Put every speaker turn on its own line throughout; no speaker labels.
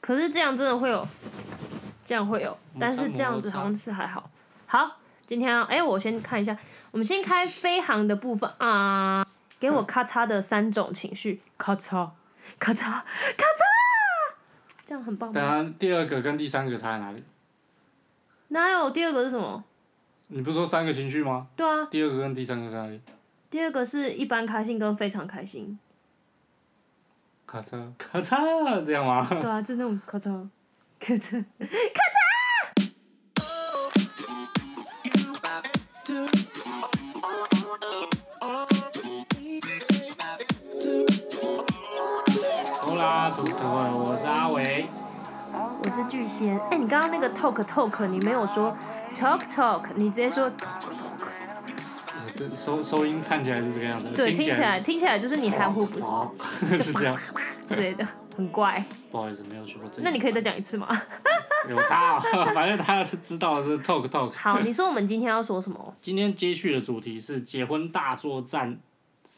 可是这样真的会有，这样会有，但是这样子好像是还好。好，今天哎、我先看一下，我们先开飞航的部分啊，给我咔嚓的三种情绪，咔嚓，咔嚓，咔嚓，这样很棒
等
吗？
下第二个跟第三个差在哪里？
哪有第二个是什么？
你不是说三个情绪吗？
对啊，
第二个跟第三个在哪里？
第二个是一般开心跟非常开心，
咔嚓咔嚓，这样吗？
对啊，就那种咔嚓，咔嚓。
好啦，土土啊，我是阿伟。
我是巨仙。哎、你刚刚那个 talk talk，你没有说 talk talk，你直接说 talk talk。
呃这收收音看起来是这个样子，
对，
听
听起来听起来就是你含糊不
来 是这样。
之类的，很怪。
不好意思，没有学过这一集。
那你可以再讲一次吗？
有差、哦，反正他知道是 talk talk。
好，你说我们今天要说什么
今天接续的主题是结婚大作战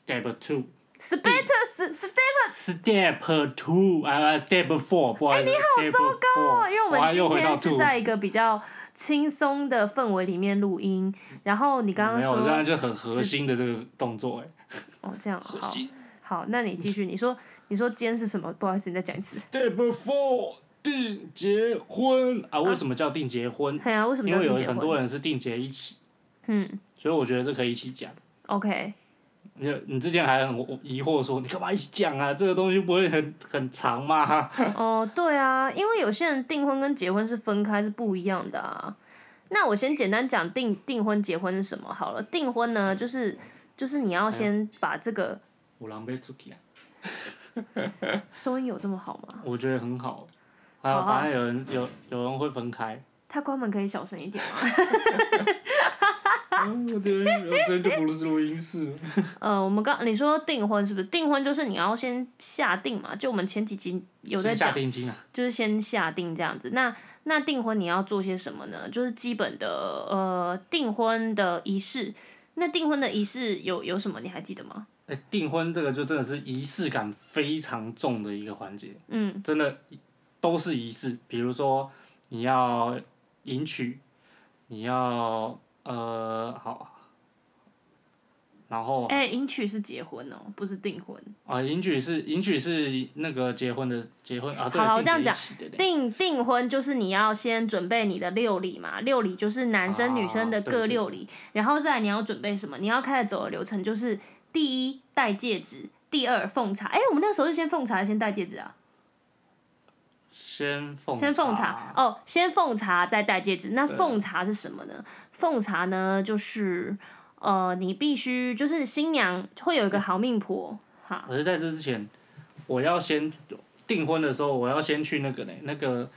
Step Two。
？Status Status，
Step Two 啊啊，Step Four，不好意思，
哎好糟糕啊！因为我们今天是在
Step
一个比较轻松的氛围里面录音，然后你
four
刚刚
没有，这样
说
就很核心的这个动作哎、
哦这样好。好，那你继续，你说你说今天是什么？不好意思，你再讲一次。
Step Four 定结婚啊？为什么叫定结婚？
哎呀、为什么
因
要
为有
定结
很多
婚？
人是定结一起，
嗯
所以我觉得这可以一起讲。
，OK，
你你之前还很疑惑说，你干嘛一起讲啊？这个东西不会很很长吗？
哦，对啊，因为有些人订婚跟结婚是分开，是不一样的啊。那我先简单讲订订婚、结婚是什么好了。订婚呢，就是就是你要先把这个
我狼狈出去啊。
收音有这么好吗？
我觉得很好。还有，
好啊
反正有人有有人会分开。
他关门可以小声一点吗？啊
哦我这边我这边就不是录音室。
呃，我们刚你说订婚是不是？订婚就是你要先下定嘛，就我们前几集有在
先
讲
下，定金啊，
就是先下定这样子。那那订婚你要做些什么呢？就是基本的呃订婚的仪式。那订婚的仪式有有什么？你还记得吗？
哎、订婚这个就真的是仪式感非常重的一个环节，
嗯，
真的都是仪式。比如说你要迎娶，你要呃好，然后啊、
哎、迎娶是结婚哦，不是订婚。
迎娶是迎娶是那个结婚的结婚啊，对，
好我
订
这样
结一
讲
起的嘞
订订婚就是你要先准备你的六礼嘛，六礼就是男生女生的
啊对
各
对
六礼，然后再来你要准备什么？你要开始走的流程就是第一戴戒指，第二奉茶。哎、我们那时候是先奉茶还是先戴戒指啊？
先奉
先奉茶哦，先奉茶再戴戒指。那奉茶是什么呢？奉茶呢就是呃，你必须就是新娘会有一个好命婆哈，
可是在这之前，我要先订婚的时候，我要先去那个呢，那个，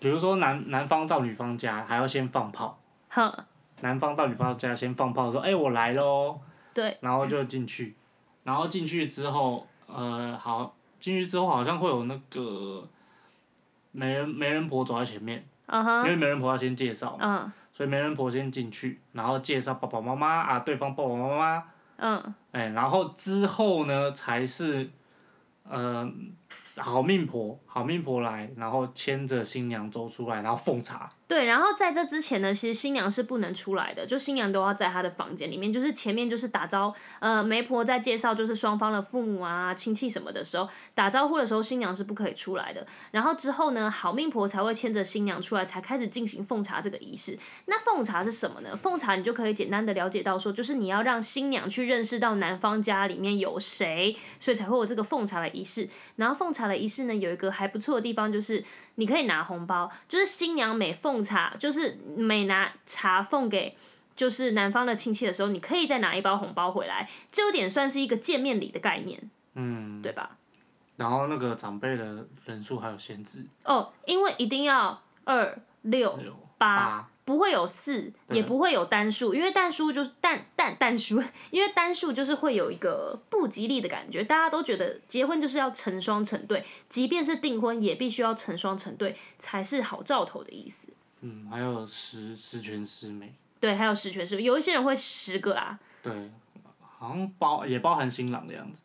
比如说男男方到女方家，还要先放炮，
哼，
男方到女方家先放炮，说：“哎、我来喽。”
对，
然后就进去，然后进去之后，呃，好，进去之后好像会有那个媒人媒人婆走在前面，
嗯
因
哼，
为媒人婆要先介绍，
嗯
所以媒人婆先进去，然后介绍爸爸妈妈啊，对方爸爸妈妈，
嗯，
哎、然后之后呢才是，呃，好命婆，好命婆来，然后牵着新娘走出来，然后奉茶。
对，然后在这之前呢，其实新娘是不能出来的，就新娘都要在她的房间里面，就是前面就是打招，呃，媒婆在介绍就是双方的父母啊、亲戚什么的时候，打招呼的时候，新娘是不可以出来的。然后之后呢，好命婆才会牵着新娘出来，才开始进行奉茶这个仪式。那奉茶是什么呢？奉茶你就可以简单的了解到说，就是你要让新娘去认识到男方家里面有谁，所以才会有这个奉茶的仪式。然后奉茶的仪式呢，有一个还不错的地方就是，你可以拿红包，就是新娘每奉茶，就是每拿茶奉给。就是男方的亲戚的时候，你可以再拿一包红包回来，这有点算是一个见面礼的概念，
嗯，
对吧？
然后那个长辈的人数还有限制，
哦，因为一定要二六
有
八，
八，
不会有四，
对
也不会有单数，因为单数就是单单单数，因为单数就是会有一个不吉利的感觉，大家都觉得结婚就是要成双成对，即便是订婚也必须要成双成对才是好兆头的意思。
嗯，还有十十全十美，
对，还有十全十美，有一些人会十个啊，
对，好像包也包含新郎的样子，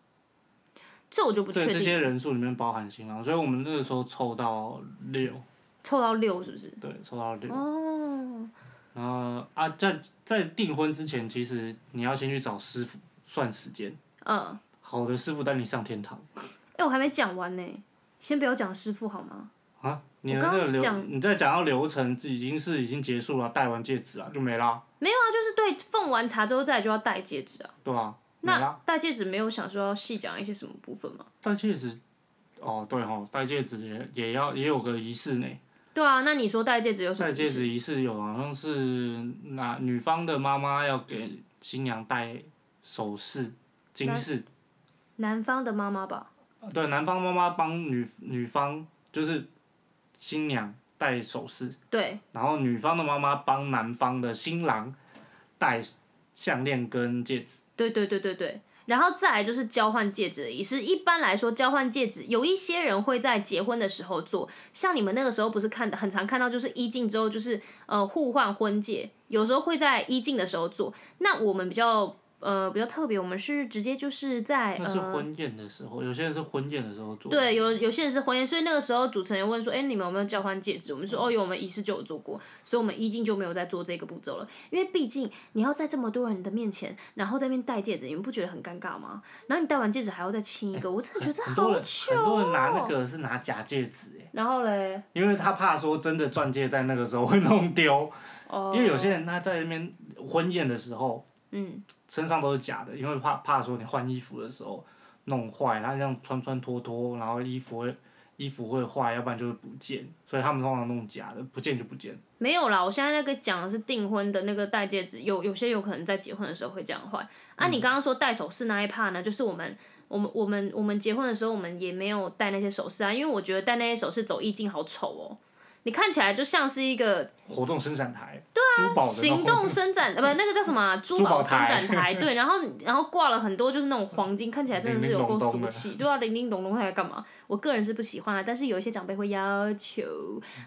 这我就不
对
确
这
定。
些人数里面包含新郎，所以我们那个时候凑到六，
凑到六是不是？
对，凑到六。
哦，
然后啊，在在订婚之前，其实你要先去找师傅算时间，
嗯，
好的师傅带你上天堂
哎，我还没讲完呢，先不要讲师傅好吗？
啊。你的
我刚
那个流，
讲
你在讲到流程，已经是已经结束了，戴完戒指啊就没啦，
没有啊，就是对奉完茶之后再来就要戴戒指啊。
对吧？没啦，
那戴戒指没有想说要细讲一些什么部分吗？
戴戒指，哦对吼，戴戒指也也要也有个仪式呢。
对啊，那你说戴戒指有什么
戴
意思？
戒指仪式有好像是那女方的妈妈要给新娘戴首饰、金饰，
男方的妈妈吧，
对，男方妈妈帮女女方就是新娘戴首饰，
对，
然后女方的妈妈帮男方的新郎戴项链跟戒指。
对对对对对。然后再来就是交换戒指的仪式。一般来说，交换戒指有一些人会在结婚的时候做，像你们那个时候不是看很常看到，就是一进之后就是呃互换婚戒，有时候会在一进的时候做。那我们比较呃比较特别，我们是直接就是在
那是
呃
婚宴的时候，有些人是婚宴的时候做。
对，有有些人是婚宴，所以那个时候主持人问说：“哎，你们有没有交换戒指？”我们说：“哦，有，我们仪式就有做过，所以我们一进就没有再做这个步骤了。因为毕竟你要在这么多人的面前，然后在那边戴戒指，你们不觉得很尴尬吗？然后你戴完戒指还要再亲一个，我真的觉得这
很多
好
人
糗、
很
哦。
多人拿那个是拿假戒指、欸，
然后嘞，
因为他怕说真的钻戒在那个时候会弄丢。
哦，
因为有些人他在那边婚宴的时候，
嗯，
身上都是假的，因为怕怕说你换衣服的时候弄坏，他这样穿穿脱脱，然后衣服会衣服会坏，要不然就是不见，所以他们通常弄假的，不见就不见。
没有啦，我现在那个讲的是订婚的那个戴戒指，有有些有可能在结婚的时候会这样换。啊，你刚刚说戴首饰那一 part 呢，就是我们我们我们我们结婚的时候，我们也没有戴那些首饰啊，因为我觉得戴那些首饰走意境好丑哦。你看起来就像是一个
活动生产台，对啊，珠宝的那
行
种
动伸展，呃，不，那个叫什么啊、珠
珠宝
宝伸
台
展台， 对，然后然后挂了很多就是那种黄金，看起来真的是有够
零零咚咚
俗
的
气，对啊，零零咚咚它在干嘛？我个人是不喜欢啊，但是有一些长辈会要求。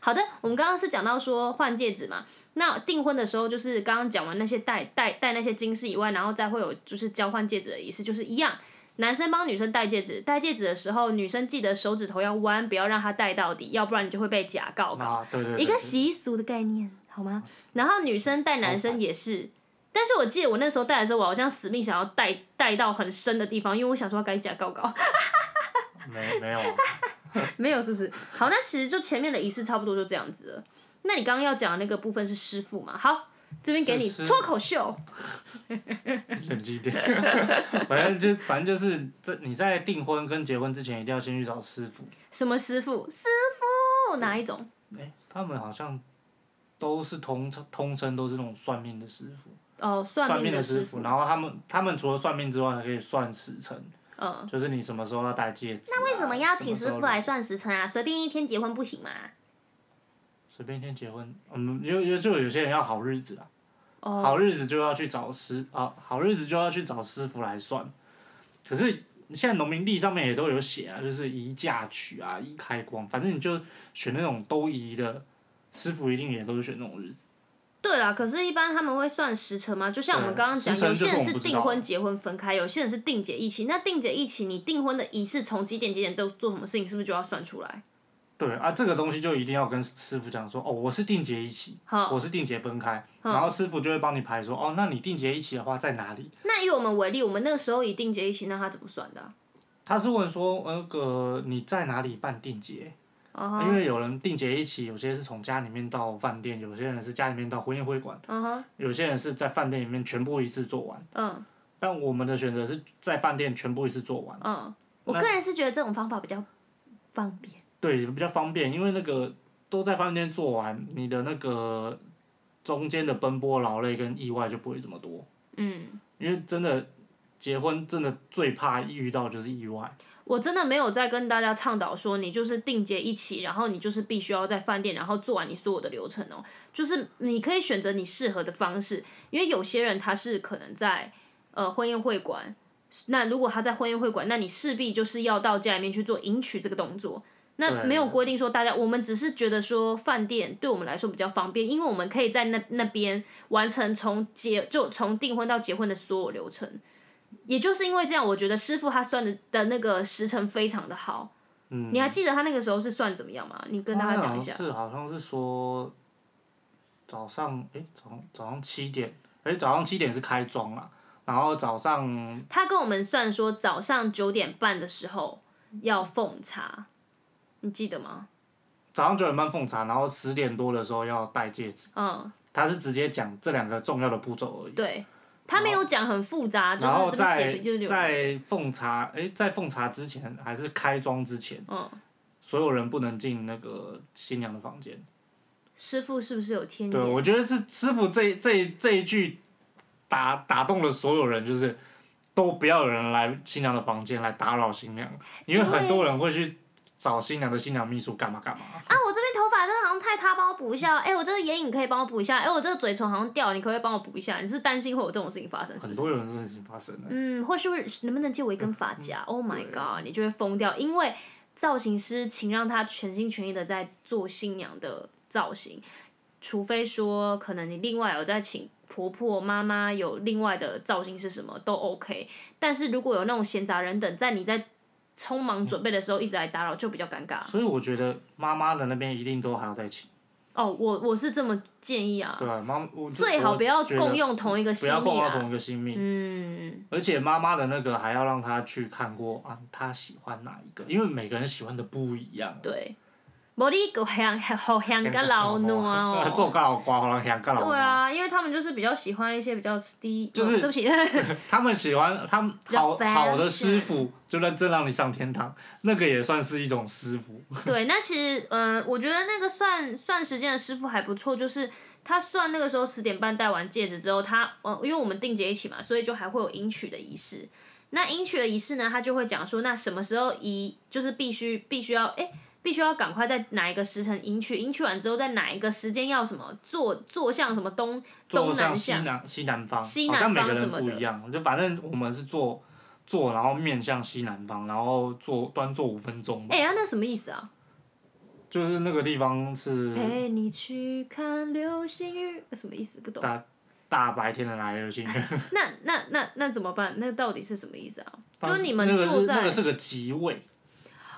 好的，我们刚刚是讲到说换戒指嘛，那订婚的时候就是刚刚讲完那些戴戴戴那些金饰以外，然后再会有就是交换戒指的仪式，就是一样。男生帮女生戴戒指，戴戒指的时候，女生记得手指头要弯，不要让它戴到底，要不然你就会被假告。
啊，对对对
一个习俗的概念，好吗？然后女生带男生也是，但是我记得我那时候带的时候，我好像死命想要带带到很深的地方，因为我想说要改假高 高，
没没有啊，
没有是不是？好，那其实就前面的仪式差不多就这样子了。那你刚刚要讲的那个部分是师傅嘛？好，这边给你
是师
脱口秀，
冷静一点。 反正就反正就是这你在订婚跟结婚之前一定要先去找师傅，
什么师傅？师傅哪一种？
哎、他们好像都是通称通称都是那种算命的师傅。
哦，算
命
的
师
傅。
然后他们他们除了算命之外，还可以算时辰，
嗯，
就是你什么时候要戴戒指、啊
那为什么要请
什
师
么时候
傅？来算时辰啊？随便一天结婚不行吗？
随便一天结婚，嗯，因为因为就有些人要好日子啊，
哦，
好日子就要去找师啊，好日子就要去找师傅来算。可是现在农民历上面也都有写啊，就是宜嫁娶啊，宜开光，反正你就选那种都宜的，师傅一定也都是选那种日子。
对啦，可是，一般他们会算时辰嘛？就像我们
对
刚刚讲
时，辰
有些人
就是我
是
们不知
订
道啊
婚、结婚分开，有些人是订结一起。那订结一起，你订婚的仪式从几点几点做做什么事情，是不是就要算出来？
对啊，这个东西就一定要跟师傅讲说，哦，我是定结一起，
好，
我是定结分开，
嗯
然后师傅就会帮你排说，哦，那你定结一起的话在哪里？
那以我们为例，我们那个时候以订结一起，那他怎么算的啊？
他是问说，呃那个你在哪里办定结？
哦
因为有人定结一起，有些是从家里面到饭店，有些人是家里面到婚宴会馆，
嗯哼，
有些人是在饭店里面全部一次做完。
嗯
但我们的选择是在饭店全部一次做完，
嗯，我个人是觉得这种方法比较方便。
对，比较方便，因为那个都在饭店做完，你的那个中间的奔波劳累跟意外就不会这么多。
嗯，
因为真的结婚真的最怕遇到就是意外，
我真的没有在跟大家倡导说你就是订结一起，然后你就是必须要在饭店，然后做完你所有的流程哦。就是你可以选择你适合的方式，因为有些人他是可能在呃婚宴会馆，那如果他在婚宴会馆，那你势必就是要到家里面去做迎娶这个动作。那
对
没有规定说大家，我们只是觉得说饭店对我们来说比较方便，因为我们可以在那那边完成从结就从订婚到结婚的所有流程。也就是因为这样，我觉得师傅他算的的那个时辰非常的好。
嗯，
你还记得他那个时候是算怎么样吗？你跟大家讲一下。
好像是好像是说早上诶，早早上七点，诶，早上七点是开庄啦，然后早上
他跟我们算说早上九点半的时候要奉茶，你记得吗？
早上九点半奉茶，然后十点多的时候要戴戒指，
嗯，
他是直接讲这两个重要的步骤而已。
对，他没有讲很复杂，啊就
然后
是这么写
在
的，就是有
在奉茶，诶，在奉茶之前还是开庄之前，
嗯，
所有人不能进那个新娘的房间。
师傅是不是有天
对，
眼？
我觉得是师傅这这这一句打打动了所有人，就是都不要有人来新娘的房间来打扰新娘，因为
因为
很多人会去找新娘的新娘秘书干嘛干嘛。
啊，我这边头发真的好像太塌，帮我补一下。哎、我这个眼影可以帮我补一下。哎、我这个嘴唇好像掉了，你可不可以帮我补一下？你是担心会有这种事情发生，是
很
不是？
多有人事情发生了，
嗯，或是不是能不能借我一根发夹？Oh my
对
god，你就会疯掉，因为造型师请让他全心全意的在做新娘的造型，除非说可能你另外有在请婆婆妈妈有另外的造型是什么都 OK，但是如果有那种闲杂人等在你在匆忙准备的时候一直来打扰，就比较尴尬。
所以我觉得妈妈的那边一定都还要再请，
哦，我我是这么建议啊，
对吧、妈，我
最好不要
我觉得
共用同一个
不
新
要
密
共到
啊。
同一个新命，
嗯，
而且妈妈的那个还要让她去看过啊，她喜欢哪一个，因为每个人喜欢的不一样。
对，无你个香好香个老暖
做
哦。
个老瓜，好像香啊个老
对
瓜。
啊，因为他们就是比较喜欢一些比较低，
就是
哦对不起，
他们喜欢他们
比较
好
fashion
好的师傅，就认真让你上天堂，那个也算是一种师傅。
对，那其实，嗯、我觉得那个算 算时间的师傅还不错，就是他算那个时候十点半戴完戒指之后，他，呃，因为我们定节一起嘛，所以就还会有迎娶的仪式。那迎娶的仪式呢，他就会讲说，那什么时候仪，就是必须必须要，哎、必须要赶快在哪一个时辰迎娶，迎娶完之后在哪一个时间要什么坐坐向什么东
坐
东南
向西
向，
南西南方，
西
好
南
像每
方
个
什
人
么
不
的
一样，就反正我们是坐坐，然后面向西南方，然后坐端坐五分钟吧。
哎、啊那什么意思啊？
就是那个地方是
陪你去看流星雨，什么意思？不懂。
大大白天的来流星雨，
那那那那怎么办？那到底是什么意思啊？就是你们
那个
坐
是
在
那个是个吉位，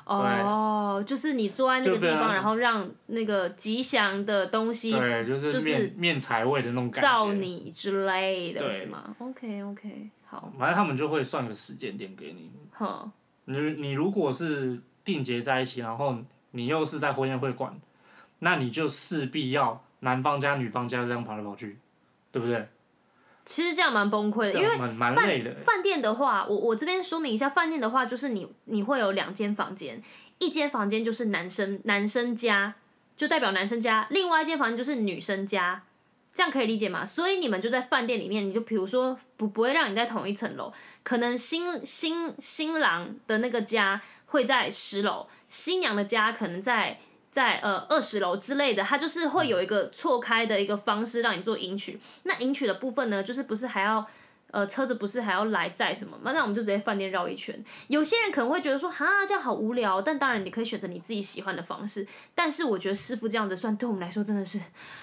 哦，就是你坐在那个
就不
地
要
方，然后让那个吉祥的东西
对，就
就是是
面面财位的那种感
照
觉。
你之类的，
对
是吗？OK OK，好，
反正他们就会算个时间点给你，
哼，
你你如果是定结在一起，然后你又是在婚宴会馆，那你就势必要男方家女方家这样跑来跑去，对不对？
其实这样蛮崩溃的，因为
这样蛮蛮累的。
饭店的话，我我这边说明一下，饭店的话就是你你会有两间房间，一间房间就是男生男生家，就代表男生家；另外一间房间就是女生家，这样可以理解吗？所以你们就在饭店里面，你就比如说不不会让你在同一层楼，可能新新新郎的那个家会在十楼，新娘的家可能在。在呃二十楼之类的，它就是会有一个错开的一个方式让你做迎娶。那迎娶的部分呢，就是不是还要呃，车子不是还要来载什么吗？那我们就直接饭店绕一圈。有些人可能会觉得说，哈，这样好无聊。但当然，你可以选择你自己喜欢的方式。但是我觉得师傅这样子算，对我们来说真的是，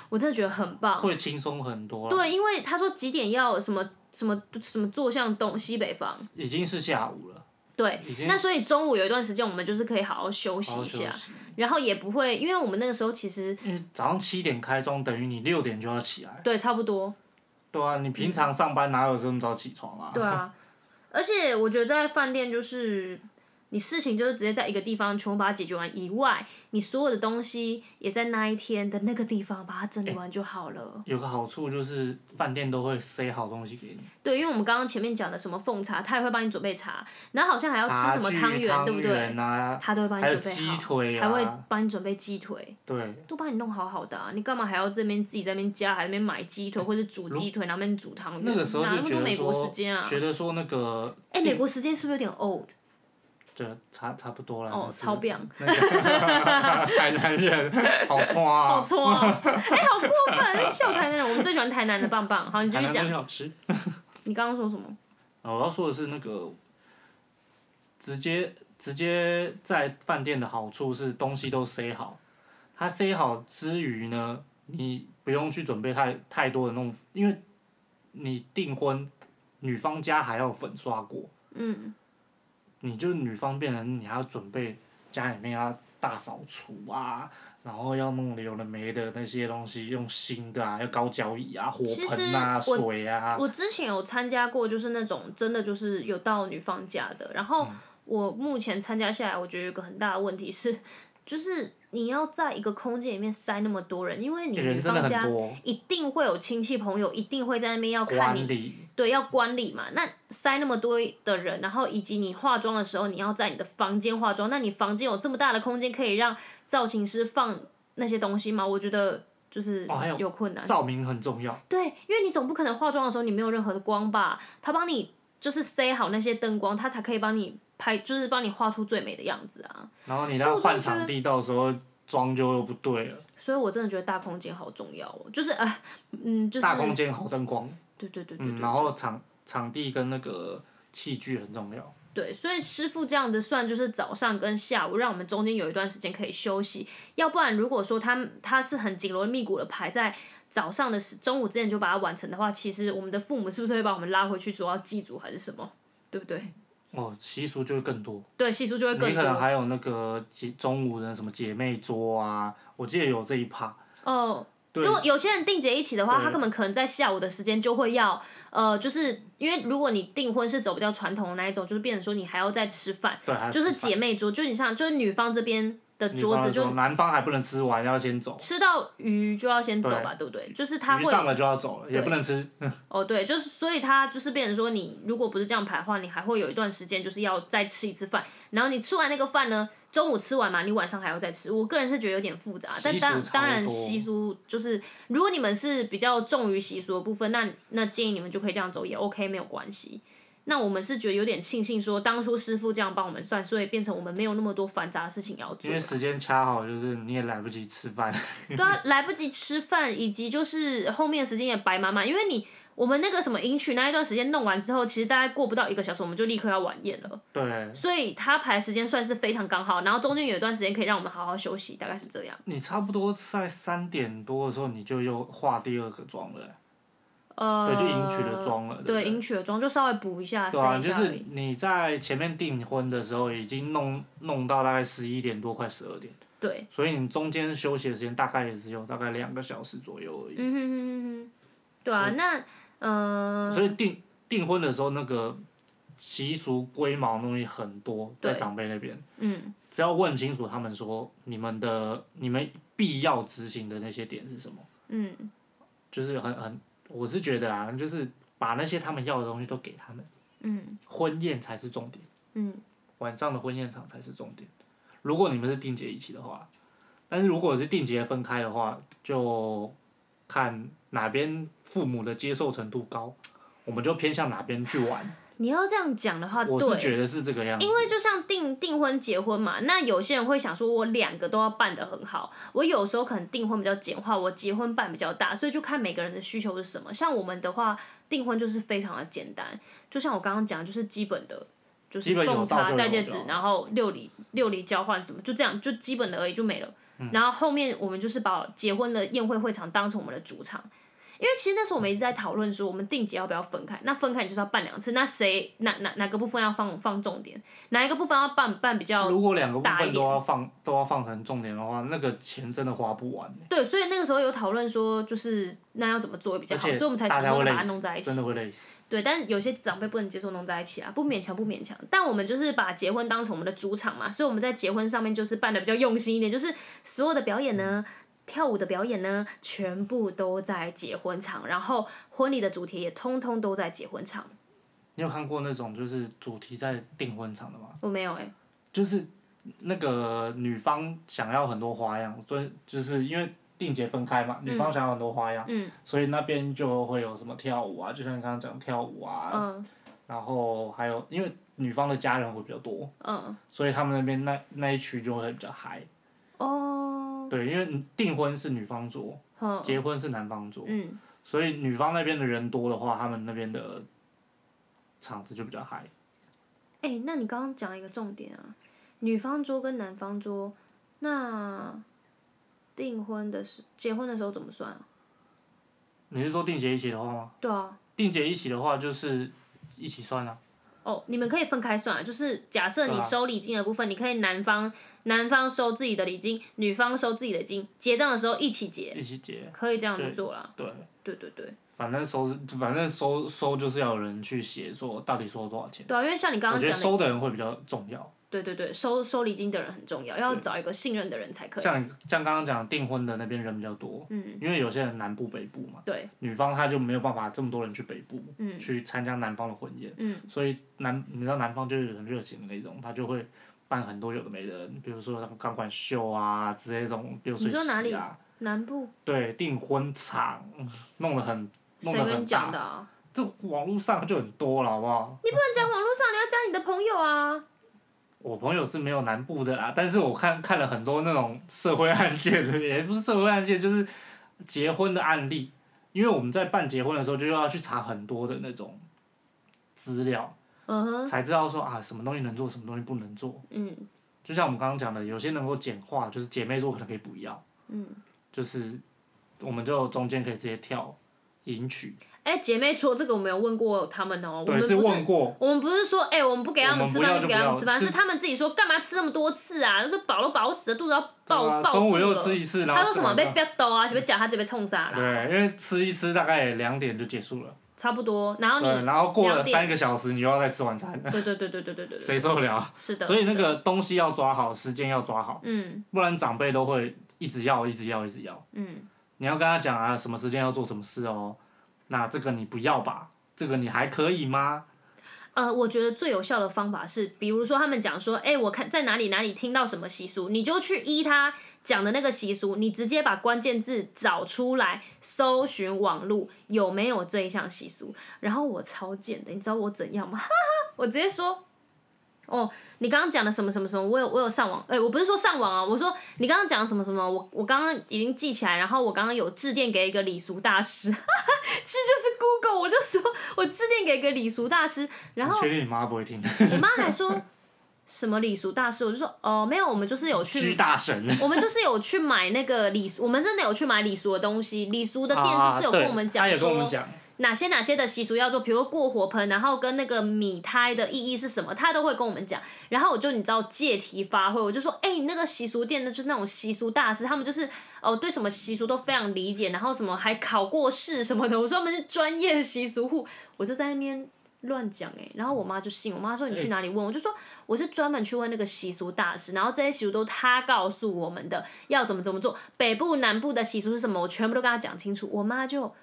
我真的觉得很棒。
会轻松很多了，
对，因为他说几点要什么什么什么坐向东西北方，
已经是下午了，
对
已。经
那所以中午有一段时间，我们就是可以好好休息
好好
一
哦休
下，
息。
然后也不会，因为我们那个时候其实
因为早上七点开钟，等于你六点就要起来，
对差不多，
对啊，你
嗯
平常上班哪有这么早起床啊？
对啊，而且我觉得在饭店就是你事情就是直接在一个地方全部把它解决完以外，你所有的东西也在那一天的那个地方把它整
哎
理完就好了。
有个好处就是饭店都会塞好东西给你，
对，因为我们刚刚前面讲的什么奉茶，他也会帮你准备茶，然后好像还要吃
茶
什么
具
汤圆，对不对？
圆啊，
他都会帮你
还有
准备
鸡
好，
腿
还会
啊，
帮你准备鸡腿，
对，
都帮你弄好好的、啊，你干嘛还要这边自己在那边加，还在那边买鸡腿或者煮鸡腿，然后那边煮汤圆？
哎那个时候
哪
就
那么
觉
多
得
美国时
说，
间啊？
觉得说那个
哎、美国时间是不是有点 old？
对，差差不多了。
哦，
就是
超棒。
那个 台南人好穿
好
啊，
搓、 哦，哎、好过分！笑台南人，我们最喜欢台南的棒棒。哦好，你继
台
续
南
讲
东西。好吃。
你刚刚说什么？
啊我要说的是那个，直接直接在饭店的好处是东西都塞好，它塞好之余呢，你不用去准备太太多的那种，因为你订婚，女方家还要粉刷过，
嗯，
你就是女方变成你还要准备家里面要大扫除啊，然后要弄有的没的那些东西，用新的啊，要高脚椅啊、火
其实
盆啊、
我
水啊，
我之前有参加过，就是那种真的就是有到女方家的。然
嗯
后我目前参加下来，我觉得有一个很大的问题是，就是你要在一个空间里面塞那么多人，因为你女
哎人真的
方
很
家
多，
一定会有亲戚朋友，一定会在那边要看
管
你，
理
对，要管理嘛。那塞那么多的人，然后以及你化妆的时候，你要在你的房间化妆，那你房间有这么大的空间可以让造型师放那些东西吗？我觉得就是
哦还有
有困难。
照明很重要。
对，因为你总不可能化妆的时候你没有任何的光吧？他帮你就是塞好那些灯光，他才可以帮你拍，就是帮你画出最美的样子啊。
然后你
所以
到
我真的
换场地，到时候妆就又不对了。
所以我真的觉得大空间好重要哦，就是啊、嗯，就是
大空间好灯光，
对对对对对
嗯，然后场场地跟那个器具很重要。
对，所以师傅这样子算就是早上跟下午，让我们中间有一段时间可以休息。要不然，如果说他他是很紧锣密鼓的排在早上的时中午之前就把它完成的话，其实我们的父母是不是会把我们拉回去说要祭祖还是什么？对不对？
哦，习俗就会更多，
对，习俗就会更
你可能
多。
还有那个姐中午的什么姐妹桌啊，我记得有这一趴。
哦，
对
如果有些人定节一起的话，
对
他根本可能在下午的时间就会要，呃，就是因为如果你订婚是走比较传统的那一种，就是变成说你还要再吃饭，
对，还有
就是
吃饭
姐妹桌，就是你像就是女方这边的
女
桌
方
子
的
就
桌男方还不能吃完，要先走，
吃到鱼就要先走吧，对不对？就是他
鱼上
会
了就要走了，也不能吃。
哦，对，就是所以他就是变成说，你如果不是这样排的话，你还会有一段时间就是要再吃一次饭，然后你吃完那个饭呢，中午吃完嘛，你晚上还要再吃。我个人是觉得有点复杂，
习俗
但当
超
当然
多
习俗就是，如果你们是比较重于习俗的部分，那那建议你们就可以这样走也 OK，没有关系。那我们是觉得有点庆幸，说当初师傅这样帮我们算，所以变成我们没有那么多繁杂的事情要做
因。为时间掐好，就是你也来不及吃饭，
对啊，来不及吃饭，以及就是后面的时间也白满满，因为你我们那个什么迎娶那一段时间弄完之后，其实大概过不到一个小时，我们就立刻要晚宴了，
对，
所以他排时间算是非常刚好，然后中间有一段时间可以让我们好好休息，大概是这样。
你差不多在三点多的时候，你就又化第二个妆了，
呃，
对，就迎娶的妆了，不
对，迎娶的妆就稍微补一下，
对
塞
啊，
一
就
下
是
而已。
你在前面订婚的时候已经弄弄到大概十一点多，快十二点，
对，
所以你中间休息的时间大概也只有大概两个小时左右而已。
嗯哼哼哼哼，对啊，那呃，
所以订订婚的时候，那个习俗龟毛的东西很多，
对
在长辈那边，
嗯，
只要问清楚他们说你们的你们必要执行的那些点是什么，
嗯，
就是很很，我是觉得啊，就是把那些他们要的东西都给他们，嗯，婚宴才是重点。
嗯，
晚上的婚宴场才是重点。如果你们是定节一起的话，但是如果是定节分开的话，就看哪边父母的接受程度高，我们就偏向哪边去玩。
你要这样讲的话，啊
我
对
是，觉得是这个样子
因。为就像订订婚、结婚嘛，那有些人会想说，我两个都要办得很好。我有时候可能订婚比较简化，我结婚办比较大，所以就看每个人的需求是什么。像我们的话，订婚就是非常的简单，就像我刚刚讲，就是基本的，就
基
是
本有
奉
到
茶、
就
戴
有
戒
就
指
好，
然后六礼六礼交换什么，就这样，就基本的而已，就没了。
嗯
然后后面我们就是把结婚的宴会会场当成我们的主场。因为其实那时候我们一直在讨论说，我们定节要不要分开？那分开你就是要办两次，那谁哪哪哪个部分要放放重点？哪一个部分要办办比较
如果两个部
大一
分
点
都要放都要放成重点的话，那个钱真的花不完、
对？所以那个时候有讨论说，就是那要怎么做会比较
而
好，所
且
以我们才
大
想
家
说
会
把
累
它弄在一
死，
起
真。的会累死。
对，但有些长辈不能接受弄在一起啊，不勉强不勉强。但我们就是把结婚当成我们的主场嘛，所以我们在结婚上面就是办的比较用心一点，就是所有的表演呢。
嗯
跳舞的表演呢，全部都在结婚场，然后婚礼的主题也通通都在结婚场。
你有看过那种就是主题在订婚场的吗？
我没有哎、
就是那个女方想要很多花样，所以就是因为定节分开嘛，女方想要很多花样，
嗯
所以那边就会有什么跳舞啊，就像你刚刚讲跳舞啊，
嗯
然后还有因为女方的家人会比较多，
嗯
所以他们那边那那一区就会比较嗨。
哦，
对，因为订婚是女方桌，
好，
结婚是男方桌，
嗯，
所以女方那边的人多的话，他们那边的场子就比较嗨。
哎、那你刚刚讲一个重点啊，女方桌跟男方桌，那订婚的时结婚的时候怎么算啊？
你是说定节一起的话吗？
对啊，
定节一起的话，就是一起算啊。
哦，你们可以分开算啊，就是假设
对
你
啊
收礼金的部分，你可以男方男方收自己的礼金，女方收自己的礼金，结账的时候一起结，
一起结，
可以这样子做啦。
对，
对对对，
反正收，反正收收就是要有人去写，说到底收了多少钱。
对啊，因为像你刚
我
刚
觉得
讲的，
收的人会比较重要，
对对对，收收礼金的人很重要，要找一个信任的人才可以。
像像刚刚讲订婚的那边人比较多，
嗯，
因为有些人南部北部嘛，
对，
女方她就没有办法这么多人去北部，
嗯
去参加男方的婚宴，
嗯
所以南你知道南方就是很热情的那种，他就会办很多有的没的，比如说钢管秀啊之类的这种流水
你说哪
席
里
啊，
南部
对，订婚场嗯弄得很
谁
弄得
跟你
很
讲
大，
的啊？
这网络上就很多了，好不好？
你不能讲网络上，你要讲你的朋友啊。
我朋友是没有南部的啦，但是我看看了很多那种社会案件的， 也不是社会案件，就是结婚的案例。因为我们在办结婚的时候，就要去查很多的那种资料，
嗯哼，
才知道说啊，什么东西能做，什么东西不能做。
嗯
就像我们刚刚讲的，有些能够简化，就是姐妹座可能可以不要，
嗯。
就是我们就中间可以直接跳迎娶。
哎、姐妹，除了这个，我没有问过他们哦、我
对，
们
是
不
问
是。
过，
我们不是说，哎、我们不给他们吃
我
饭
们
就
不
给
要就
他们
不要
吃饭，
就是
他们自己说干嘛吃那么多次啊？都饱都饱死了，肚子要爆、
对啊
爆
中午又
肚了
吃一次，然后
他说什么
吃晚
被
上
飙抖啊，
嗯
什么假他直接被冲杀啦，
对，因为吃一吃大概两点就结束了。
差不多。然后哦你，
对，然后过了
两点
三个小时，你又要再吃晚餐，
对对对对对对对对，
谁受得了啊？
是的。
所以那
是的，
个东西要抓好，时间要抓好，
嗯
不然长辈都会一直要，一直要，一直要。
嗯，
你要跟他讲啊，什么时间要做什么事哦，那这个你不要吧，这个你还可以吗？
呃，我觉得最有效的方法是，比如说他们讲说，哎、我看在哪里哪里听到什么习俗，你就去依他讲的那个习俗，你直接把关键字找出来，搜寻网络有没有这一项习俗。然后我超贱的，你知道我怎样吗？ 哈哈，我直接说。哦，你刚刚讲的什么什么什么，我有我有上网，哎、我不是说上网啊，我说你刚刚讲的什么什么，我我刚刚已经记起来，然后我刚刚有致电给一个礼俗大师， 哈哈，其实就是 Google，我就说我致电给一个礼俗大师，然后
你确定你妈不会听？
我妈还说 什么礼俗大师，我就说哦、没有，我们就是有
居
去，
大神，
我们就是有去买那个礼俗，我们真的有去买礼俗的东西。礼俗的店是不
啊，
是有
对，
跟我们讲
他也跟我
说
们讲，
哪些哪些的习俗要做，比如说过火盆，然后跟那个米胎的意义是什么，他都会跟我们讲。然后我就你知道借题发挥，我就说，哎、你那个习俗店呢，就是那种习俗大师，他们就是哦对什么习俗都非常理解，然后什么还考过试什么的。我说他们是专业习俗户，我就在那边。乱讲哎、然后我妈就信，我妈说你去哪里问，我就说我是专门去问那个习俗大师，然后这些习俗都是他告诉我们的，要怎么怎么做，北部南部的习俗是什么，我全部都跟他讲清楚。我妈就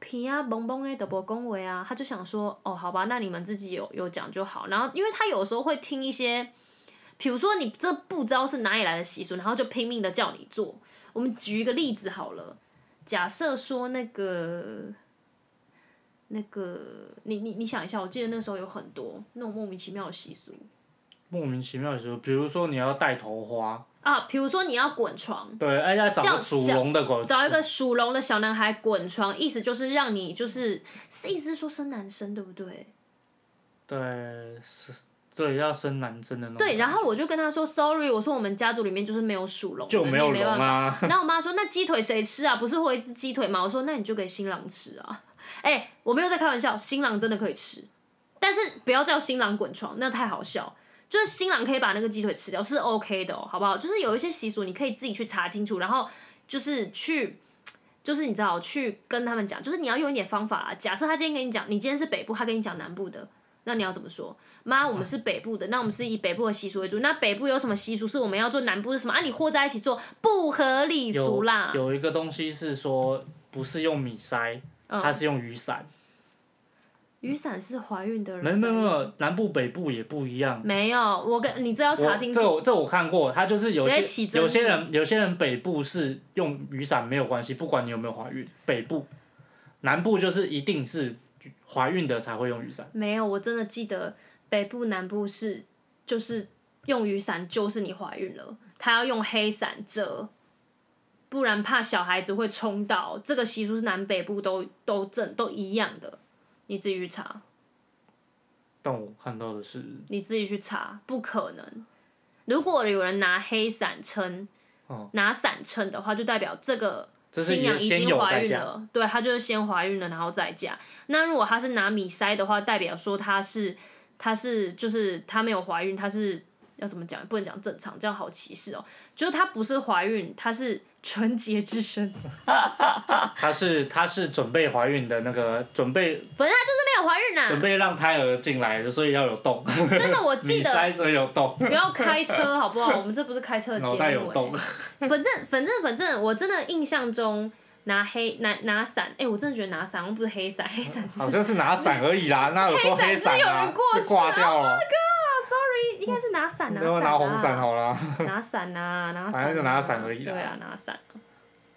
皮啊蹦蹦哎，德伯恭维啊，他就想说，哦，好吧，那你们自己有有讲就好。然后，因为他有时候会听一些，比如说你这不知道是哪里来的习俗，然后就拼命的叫你做。我们举一个例子好了，假设说那个那个，你你你想一下，我记得那时候有很多那种莫名其妙的习俗
莫名其妙的时候，比如说你要带头花，
啊，比如说你要滚床。
对，哎，要找
叫
个属龙的狗，
找一个属龙的小男孩滚床，意思就是让你就是是意思是说生男生对不对？
对，是，对，要生男生的那种，
对，然后我就跟他说 sorry，我说我们家族里面就是没有属龙的，
就
你
没有
也
龙
办法。
啊。
然后我妈说那鸡腿谁吃啊？不是会有一只鸡腿吗？我说那你就给新郎吃啊。哎、我没有在开玩笑，新郎真的可以吃，但是不要叫新郎滚床，那太好笑。就是新郎可以把那个鸡腿吃掉是 OK 的、哦，好不好？就是有一些习俗你可以自己去查清楚，然后就是去。就是你知道去跟他们讲，就是你要用一点方法啦。假设他今天跟你讲，你今天是北部，他跟你讲南部的，那你要怎么说？妈，我们是北部的，那我们是以北部的习俗为主。那北部有什么习俗是我们要做，南部是什么？啊，你和在一起做不合理俗啦。
有一个东西是说，不是用米筛，
嗯
它是用雨伞。
雨伞是怀孕的人
没有没
在
有
用
没有，南部北部也不一样。
没有，我跟你这要
我
查清
这
楚。
我这我看过，它就是有
直接起
些
争议
有些人有些人北部是用雨伞没有关系，不管你有没有怀孕，北部南部就是一定是怀孕的才会用雨伞。
没有，我真的记得北部南部是就是用雨伞，就是你怀孕了，他要用黑伞遮，不然怕小孩子会冲到。这个习俗是南北部都都正都一样的，你自己去查。
但我看到的是，
你自己去查，不可能。如果有人拿黑伞撑，拿伞撑的话，就代表这个
就是
新
有
娘已
先
经
有
怀
再
孕
嫁，
了，对，她就是先怀孕了，然后再嫁。那如果她是拿米筛的话，代表说她是她是就是她没有怀孕，她是要怎么讲？不能讲正常，这样好歧视哦。就是她不是怀孕，她是纯洁之身，
她是她是准备怀孕的那个准备
反正她就是没有怀孕
准
呐、
备让胎儿进来的，所以要有洞，
真的，啊我记
你
得
塞所以有洞，
不要开车好不好？我们这不是开车的节
脑
目、
袋有洞
欸。，反正反正反正，我真的印象中拿黑拿拿伞，哎、我真的觉得拿伞，又不是黑伞，黑伞是
好像是拿伞而已 啦，那有说
黑伞
黑伞
是有人
啊
过世
是挂掉了，
应该是拿伞拿
然后
伞、啊、
拿红伞好啦。
拿伞呐、拿伞、啊，
反正就拿伞而已啦
对啊，拿伞。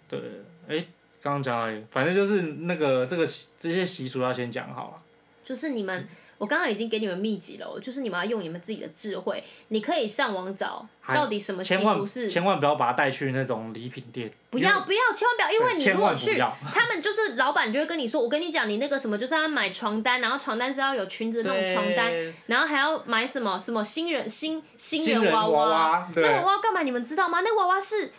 对，哎，刚刚讲了，反正就是那个这个习这些习俗要先讲好啊了。
就是你们，我刚刚已经给你们秘籍了，就是你们要用你们自己的智慧，你可以上网找
还
到底什么习
千万
俗是。
千万不要把它带去那种礼品店，
不
因为
要不要，千万不要，因为
对
你
千
如果
万不
去，
要
他们就是老板就会跟你说，我跟你讲，你那个什么就是要买床单，然后床单是要有裙子那种床单，
对
然后还要买什么什么新人新新
新人
娃
娃娃，
那娃
对，
娃要干嘛？你们知道吗？那娃娃是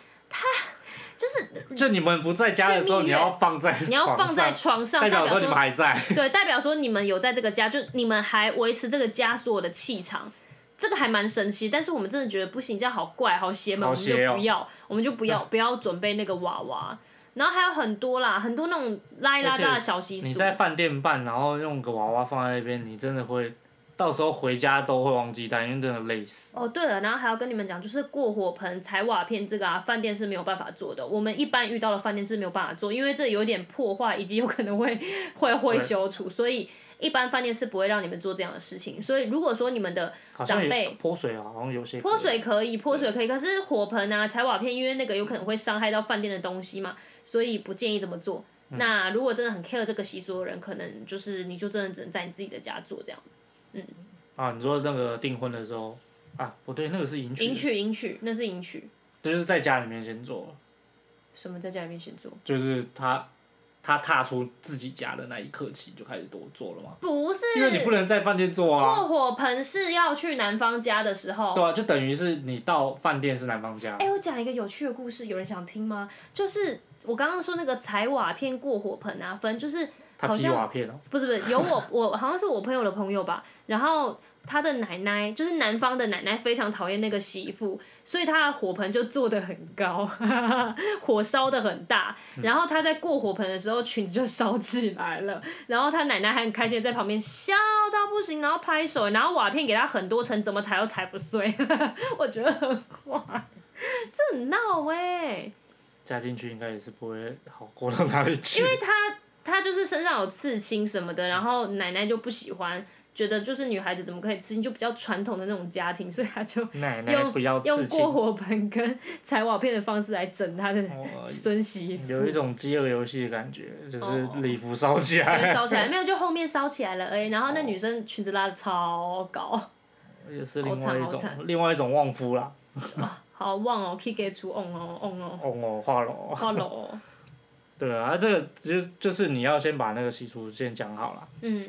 它就是
就你们不在家的时候，
去蜜
你
月
要放在
你要
床
放在
上
床上，
代
代
表
表说
说你们还在，
对，代表说你们有在这个家，就你们还维持这个家所有的气场，这个还蛮神奇。但是我们真的觉得不行，这样好怪，好邪门，
好
我们就
邪哦
不要，我们就不 要，不要准备那个娃娃。然后还有很多啦，很多那种拉一拉
而
杂
且
的小习
你
俗。
在饭店办，然后用个娃娃放在那边，你真的会到时候回家都会忘记带，因为真的累死。
哦，对了，然后还要跟你们讲，就是过火盆、踩瓦片这个啊，饭店是没有办法做的。我们一般遇到的饭店是没有办法做，因为这有点破坏，以及有可能会 会会羞处，所以一般饭店是不会让你们做这样的事情。所以如果说你们的
好像
长
有
辈
泼水啊，好像有些
泼水可以，泼水可以，可是火盆啊、踩瓦片，因为那个有可能会伤害到饭店的东西嘛，所以不建议这么做。那如果真的很 care 这个习俗的人，可能就是你就真的只能在你自己的家做这样子。
啊，你说那个订婚的时候啊，不对，那个是迎娶，
迎娶，迎娶，那是迎娶，
就是在家里面先做，
什么在家里面先做？
就是他他踏出自己家的那一刻起就开始多做了嘛，
不是，
因为你不能在饭店做啊，
过火盆是要去男方家的时候。
对啊，就等于是你到饭店是男方家
哎、，我讲一个有趣的故事，有人想听吗？就是我刚刚说那个踩瓦片过火盆啊，分就是
他
好
踢
像
瓦片哦，
不是不是有我 我好像是我朋友的朋友吧，然后他的奶奶就是男方的奶奶非常讨厌那个媳妇，所以他的火盆就做的很高， 火烧的很大，然后他在过火盆的时候裙子就烧起来了，然后他奶奶还很开心地在旁边笑到不行，然后拍手，然后瓦片给他很多层，怎么踩都踩不碎， 我觉得很坏，这很闹哎、
加进去应该也是不会好过到哪里去
因。为他他就是身上有刺青什么的，然后奶奶就不喜欢，觉得就是女孩子怎么可以刺青，就比较传统的那种家庭，所以他就
奶奶
用
不要
用
刺青
过，火盆跟踩瓦片的方式来整他的
哦
孙媳 妇，
有一种饥饿游戏的感觉，就是
哦
礼服烧起
因为
来，
烧起来没有，就后面烧起来了而已。然
哦
后那女生裙子拉的超高，
也是
好
另外
惨
一
好
种
惨
另外一种旺夫啦。
好旺哦，K K 出 on 哦 on 哦，
哦哦，画龙，
花楼哦，
对啊，这个就就是你要先把那个习俗先讲好了，
嗯，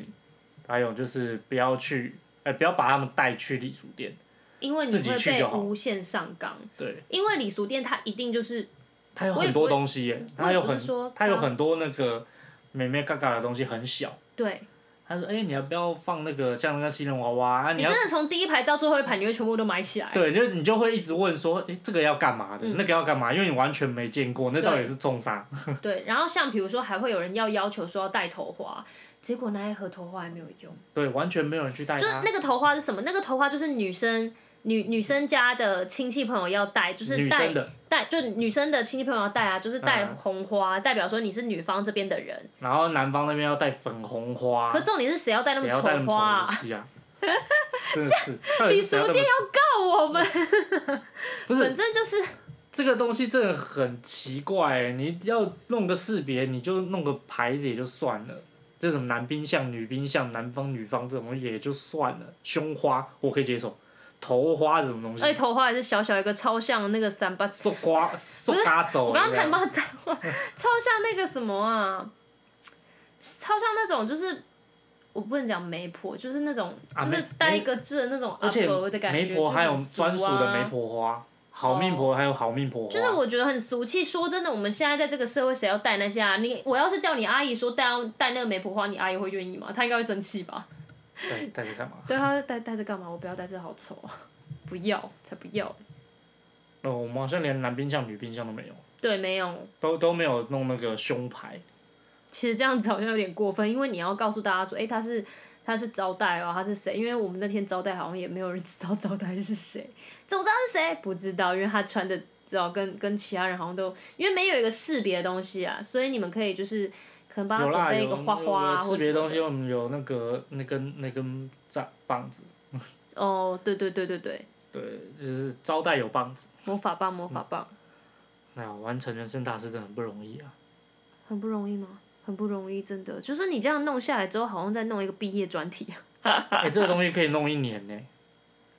还有就是不要去，哎、不要把他们带去礼俗店，
因为你
自己
会
去
被
就好
无限上纲，
对，
因为礼俗店它一定就是
它有
我也
很
不
多
会
东西耶，
我
它
也
有
不是
很
说
它有
它
很多那个美美嘎嘎的东西很小，
对。
他说，哎、你要不要放那个像那个新人娃娃啊？你
你
要
真的从第一排到最后一排，你会全部都买起来。
对，就你就会一直问说，哎、这个要干嘛的？
嗯
那个要干嘛？因为你完全没见过，那到底是重啥？
对，然后像比如说，还会有人要要求说要带头花，结果那一盒头花还没有用。
对，完全没有人去带
就是
它。
那个头花是什么？那个头花就是女生女女生家的亲戚朋友要带，就是
女
带
生的，
带就女生的亲戚朋友要带啊，就是带
嗯
红花，代表说你是女方这边的人。
然后男方那边要带粉红花，
可重点是谁要带那么
啊谁
丑
要带那么丑
花
的
啊？
东 西啊？真的是，到底
礼
是谁
俗
要这
店
么
要告我们，
不
反
是
正就是
这个东西真的很奇怪、欸你要弄个识别，你就弄个牌子也就算了，这什么男宾像、女宾像、男方女方这种东西也就算了，胸花我可以接受，头花是什么东西
而且？哎头花还是小小一个，超像那个三八
送瓜送嘎走，
我刚才
这样
骂脏话，超像那个什么啊，超像那种就是我不能讲媒婆，就是那种、
啊
就是
媒
带一个字的那种阿
而且
婆的感觉，
媒婆还有专属的媒啊
婆，
婆花，好命婆还有好命婆花，
啊哦就是我觉得很俗气。说真的，我们现在在这个社会，谁要带那些啊？你我要是叫你阿姨说带带那个媒婆花，你阿姨会愿意吗？她应该会生气吧？
对，哎带着干嘛？
对，她带带着干嘛？我不要带这好丑啊！不要，才不要。
哦，我们好像连男冰箱、女冰箱都没有，
对，没有。
都都没有弄那个胸牌。
其实这样子好像有点过分，因为你要告诉大家说，哎、他是他是招待哦，他是谁？因为我们那天招待好像也没有人知道招待是谁，怎么知道是谁？不知道，因为他穿的知道跟跟其他人好像都，因为没有一个识别的东西啊，所以你们可以就是可能帮他
有
准
啦，
备一
有
个花花啊，
有
或
识
者
别东西，我们有那个那根那根杖棒子，
哦，对对对对对，
对，就是招待有棒子。
魔法棒，魔法棒，
哎呀，完成人生大事真的很不容易啊！
很不容易吗？很不容易，真的，就是你这样弄下来之后，好像在弄一个毕业专题。
哎、这个东西可以弄一年呢、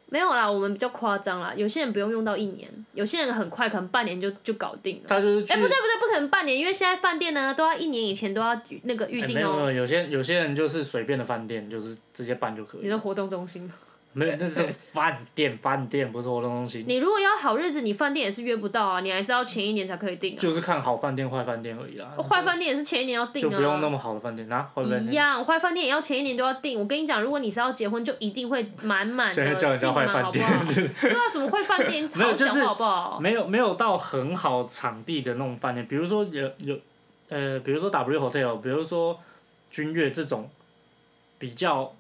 没有啦，我们比较夸张啦，有些人不用用到一年，有些人很快，可能半年就就搞定了。
他就是去
哎、不对不对，不可能半年，因为现在饭店呢都要一年以前都要预那个预
哎
定
没有没
哦。
有，有些有些人就是随便的饭店，就是直接办就可
你
以。
说活动中心吗？
没有，那是饭店，饭店不是活动中心，
你如果要好日子，你饭店也是约不到啊，你还是要前一年才可以订啊。
就是看好饭店、坏饭店而已啦。
坏饭店也是前一年要哦订
啊就不用那
啊。
么好的饭店，拿坏饭
一
店。
样，坏饭店也要前一年都要订。我跟你讲，如果你是要结婚，就一定会满满
现
的
在叫人家
订
坏
满，好
饭
不
店
好？对啊，什么坏饭店，
没有
好
就
讲
是
话好不好？
没有没有到很好场地的那种饭店，比如说有有呃，比如说 W Hotel，比如说君悦这种比较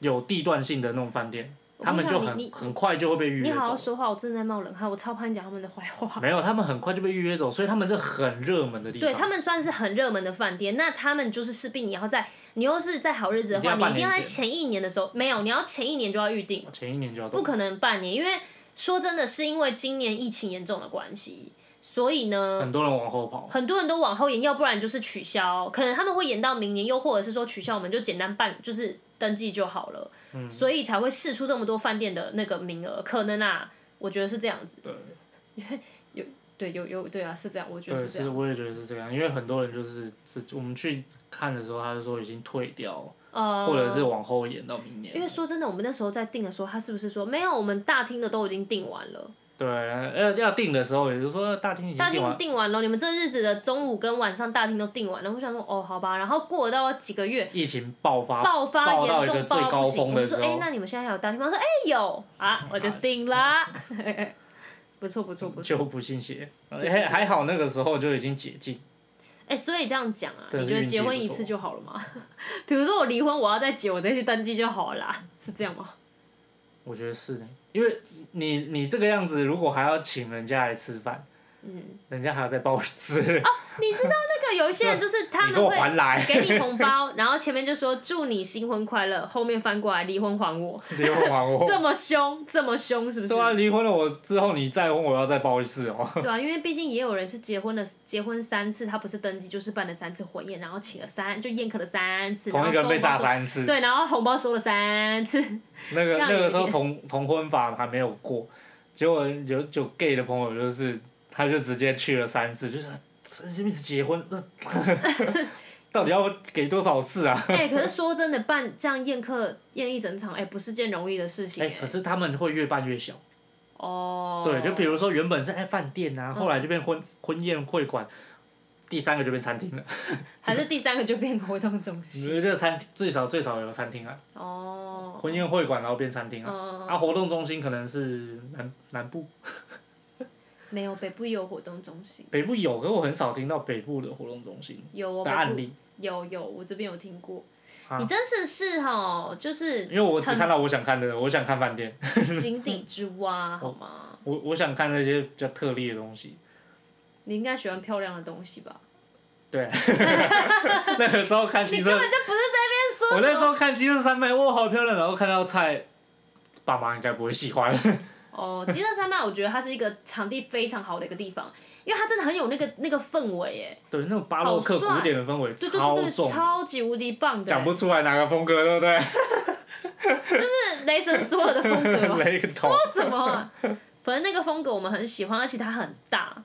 有地段性的那种饭店，
我
他
跟你
们
讲
就
你
很
你
很快就会被预
你
约
好好
走。
说话，我正在冒冷汗，我超怕你讲他们的坏话。
没有，他们很快就被预约走，所以他们是很热门的地方。
对他们算是很热门的饭店，那他们就是势必你要在你又是在好日子的话，
一定要
你
半
一定
年
要在
前
前一年的时候，没有，你要前一年就要预定，
前一年就要
不
动，
可能半年，因为说真的是因为今年疫情严重的关系，所以呢。
很多人往后跑。
很多人都往后延，要不然就是取消，可能他们会延到明年，又或者是说取消，我们就简单办，就是登记就好了，
嗯
所以才会试出这么多饭店的那个名额，可能啊，我觉得是这样子，
对
对， 有有对啊，是这样，我觉
对，
得是这样
是，，我也觉得是这样，因为很多人就是是我们去看的时候，他就说已经退掉，
呃，
或者是往后延到明年。
因为说真的，我们那时候在订的时候，他是不是说没有？我们大厅的都已经订完了，
对，要要订的时候，也就是说大厅已经
大
订
厅
完，
订完了，你们这日子的中午跟晚上大厅都订完了。我想说，哦，好吧。然后过了到几个月，
疫情爆发，
爆发
爆到
严
一个
重
最
爆
高
不行，我
峰的
们
时
说，
候，
哎、那你们现在还有大厅吗？他说，哎、有啊，我就订 啦。不错不错不错，
就不信邪。还还好那个时候就已经解禁，
哎、所以这样讲啊，
对
你觉得
运气
结婚
不
一
错
次就好了吗？ 比如说我离婚，我要再结，我再去登记就好了啦，是这样吗？
我觉得是呢，因为你你这个样子，如果还要请人家来吃饭，嗯，人家还要再包吃，
你知道那个有一些人就是哦他
你
们
给我
会
还 来，
给你红包，然后前面就说祝你新婚快乐，后面翻过来离婚还我，
离婚完我，
这么凶，这么凶，是不是？
哦对啊，离婚了我之后你再婚，我要再包一次哦。
对啊，因为毕竟也有人是结婚了，结婚三次，他不是登记就是办了三次婚宴，然后请了三，就宴客了三次，然
同
后
一个人
收
被炸
包收。
三次，
对，然后红包收了三次，
那个
这样
那
有
个时候
点
同同婚法还没有过，结果有就 gay 的朋友就是，他就直接去了三次，就是神经病结婚，那 到底要给多少次啊？
哎、可是说真的，办这样宴客宴一整场，哎、不是件容易的事情、
哎、
哎、
可是他们会越办越小，
哦，
对，就比如说原本是哎饭店啊，后来就变婚婚宴会馆。第三个就变 餐厅了，
还是第三个就变活动中心，
因为这个餐最少最少有餐厅啊，
哦，
婚宴会馆然后变餐厅啊，
嗯，
啊活动中心可能是南南部，
没有北部也有活动中心，
北部有，可是我很少听到北部的活动中心
有哦，
的
北
案
部嗯
例，
有有，我这边有听过。
啊
你真是是哈，就是
因为我只
很哦
看到我想看的，我想看饭店，
井底之蛙，好吗？
我我想看那些比较特例的东西。
你应该喜欢漂亮的东西吧？
对，那个时候看
你
金
根
色
本，就不是在那
我那
边说什
时
么。
候看金色山脉，哇，好漂亮！然后看到菜，爸妈应该不会喜欢。
哦，极乐山脉，我觉得它是一个场地非常好的一个地方，因为它真的很有那个那个氛围耶，
对，那种巴洛克
好帅
古典的氛围
对对对
超
对，
重，
超级无敌棒的
讲
耶，
不出来哪个风格，对不对？
是雷神所有的风 格吗？
雷个头
说。什么啊？反正那个风格我们很喜欢，而且它很大，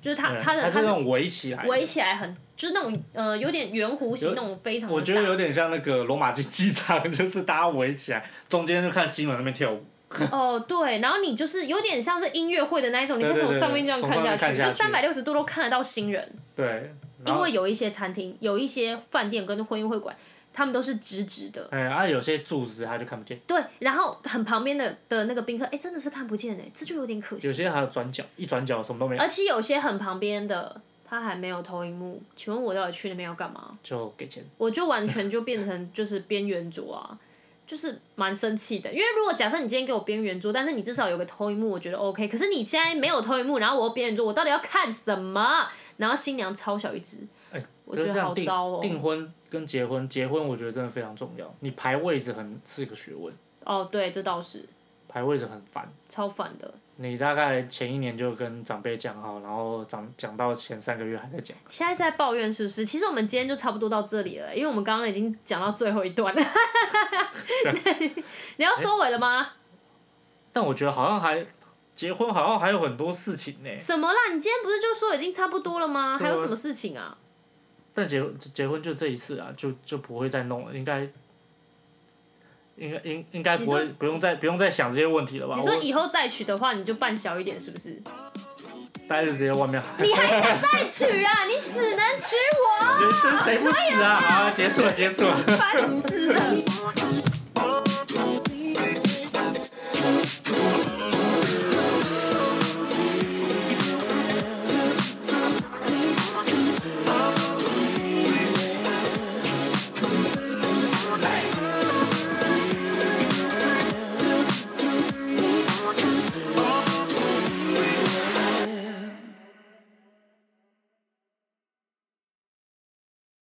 就是它
嗯
它的
是
它是
那种围起来的，
围起来很，就是那种呃有点圆弧形
有
那种非常的大。
我觉得有点像那个罗马竞技场，就是大家围起来，中间就看金门那边跳舞，
哦，对，然后你就是有点像是音乐会的那一种，你可以
对对
从
对
上面这样
从
看
上
下
面看
去，
下
就
去
三百六十度都看得到新人。
对，然
因
后
为有一些餐厅、有一些饭店跟婚宴会馆，他们都是直直的。
哎，啊有些柱子它就看不见，
对，然后很旁边的的那个宾客，哎，真的是看不见哎，这就有点可
有
惜。
些还有转角，一转角什么都没有，
而且有些很旁边的，他还没有投影幕，请问我到底去那边要干嘛？
就给钱。
我就完全就变成就是边缘族啊，就是蛮生气的。因为如果假设你今天给我边缘桌，但是你至少有个投影幕，我觉得 OK。可是你现在没有投影幕，然后我又边缘桌，我到底要看什么？然后新娘超小一只，
哎
我
就
觉
是
得
这样
好
订
糟哦。
订婚跟结婚，结婚我觉得真的非常重要，你排位置很是个学问，
哦，对，这倒是
排位置很烦。
超烦的。
你大概前一年就跟长辈讲好，然后长讲到前三个月还在讲，
现在是在抱怨是不是？其实我们今天就差不多到这里了，因为我们刚刚已经讲到最后一段了。
啊
你要收尾了吗？
但我觉得好像还结婚好像还有很多事情呢、
什么啦？你今天不是就说已经差不多了吗？
哎对
还
啊
有什么事情啊？
但结结婚就这一次啊，就就不会再弄了，应该。应该应应该不会
你
不用再不用再想这些问题了吧？
你说
我
以后再娶的话，你就办小一点，是不是？
大家就直接外面 喊，
你还想再娶啊？你只能娶我，
人生谁不死啊？好啊，结束了结束了。
烦死了。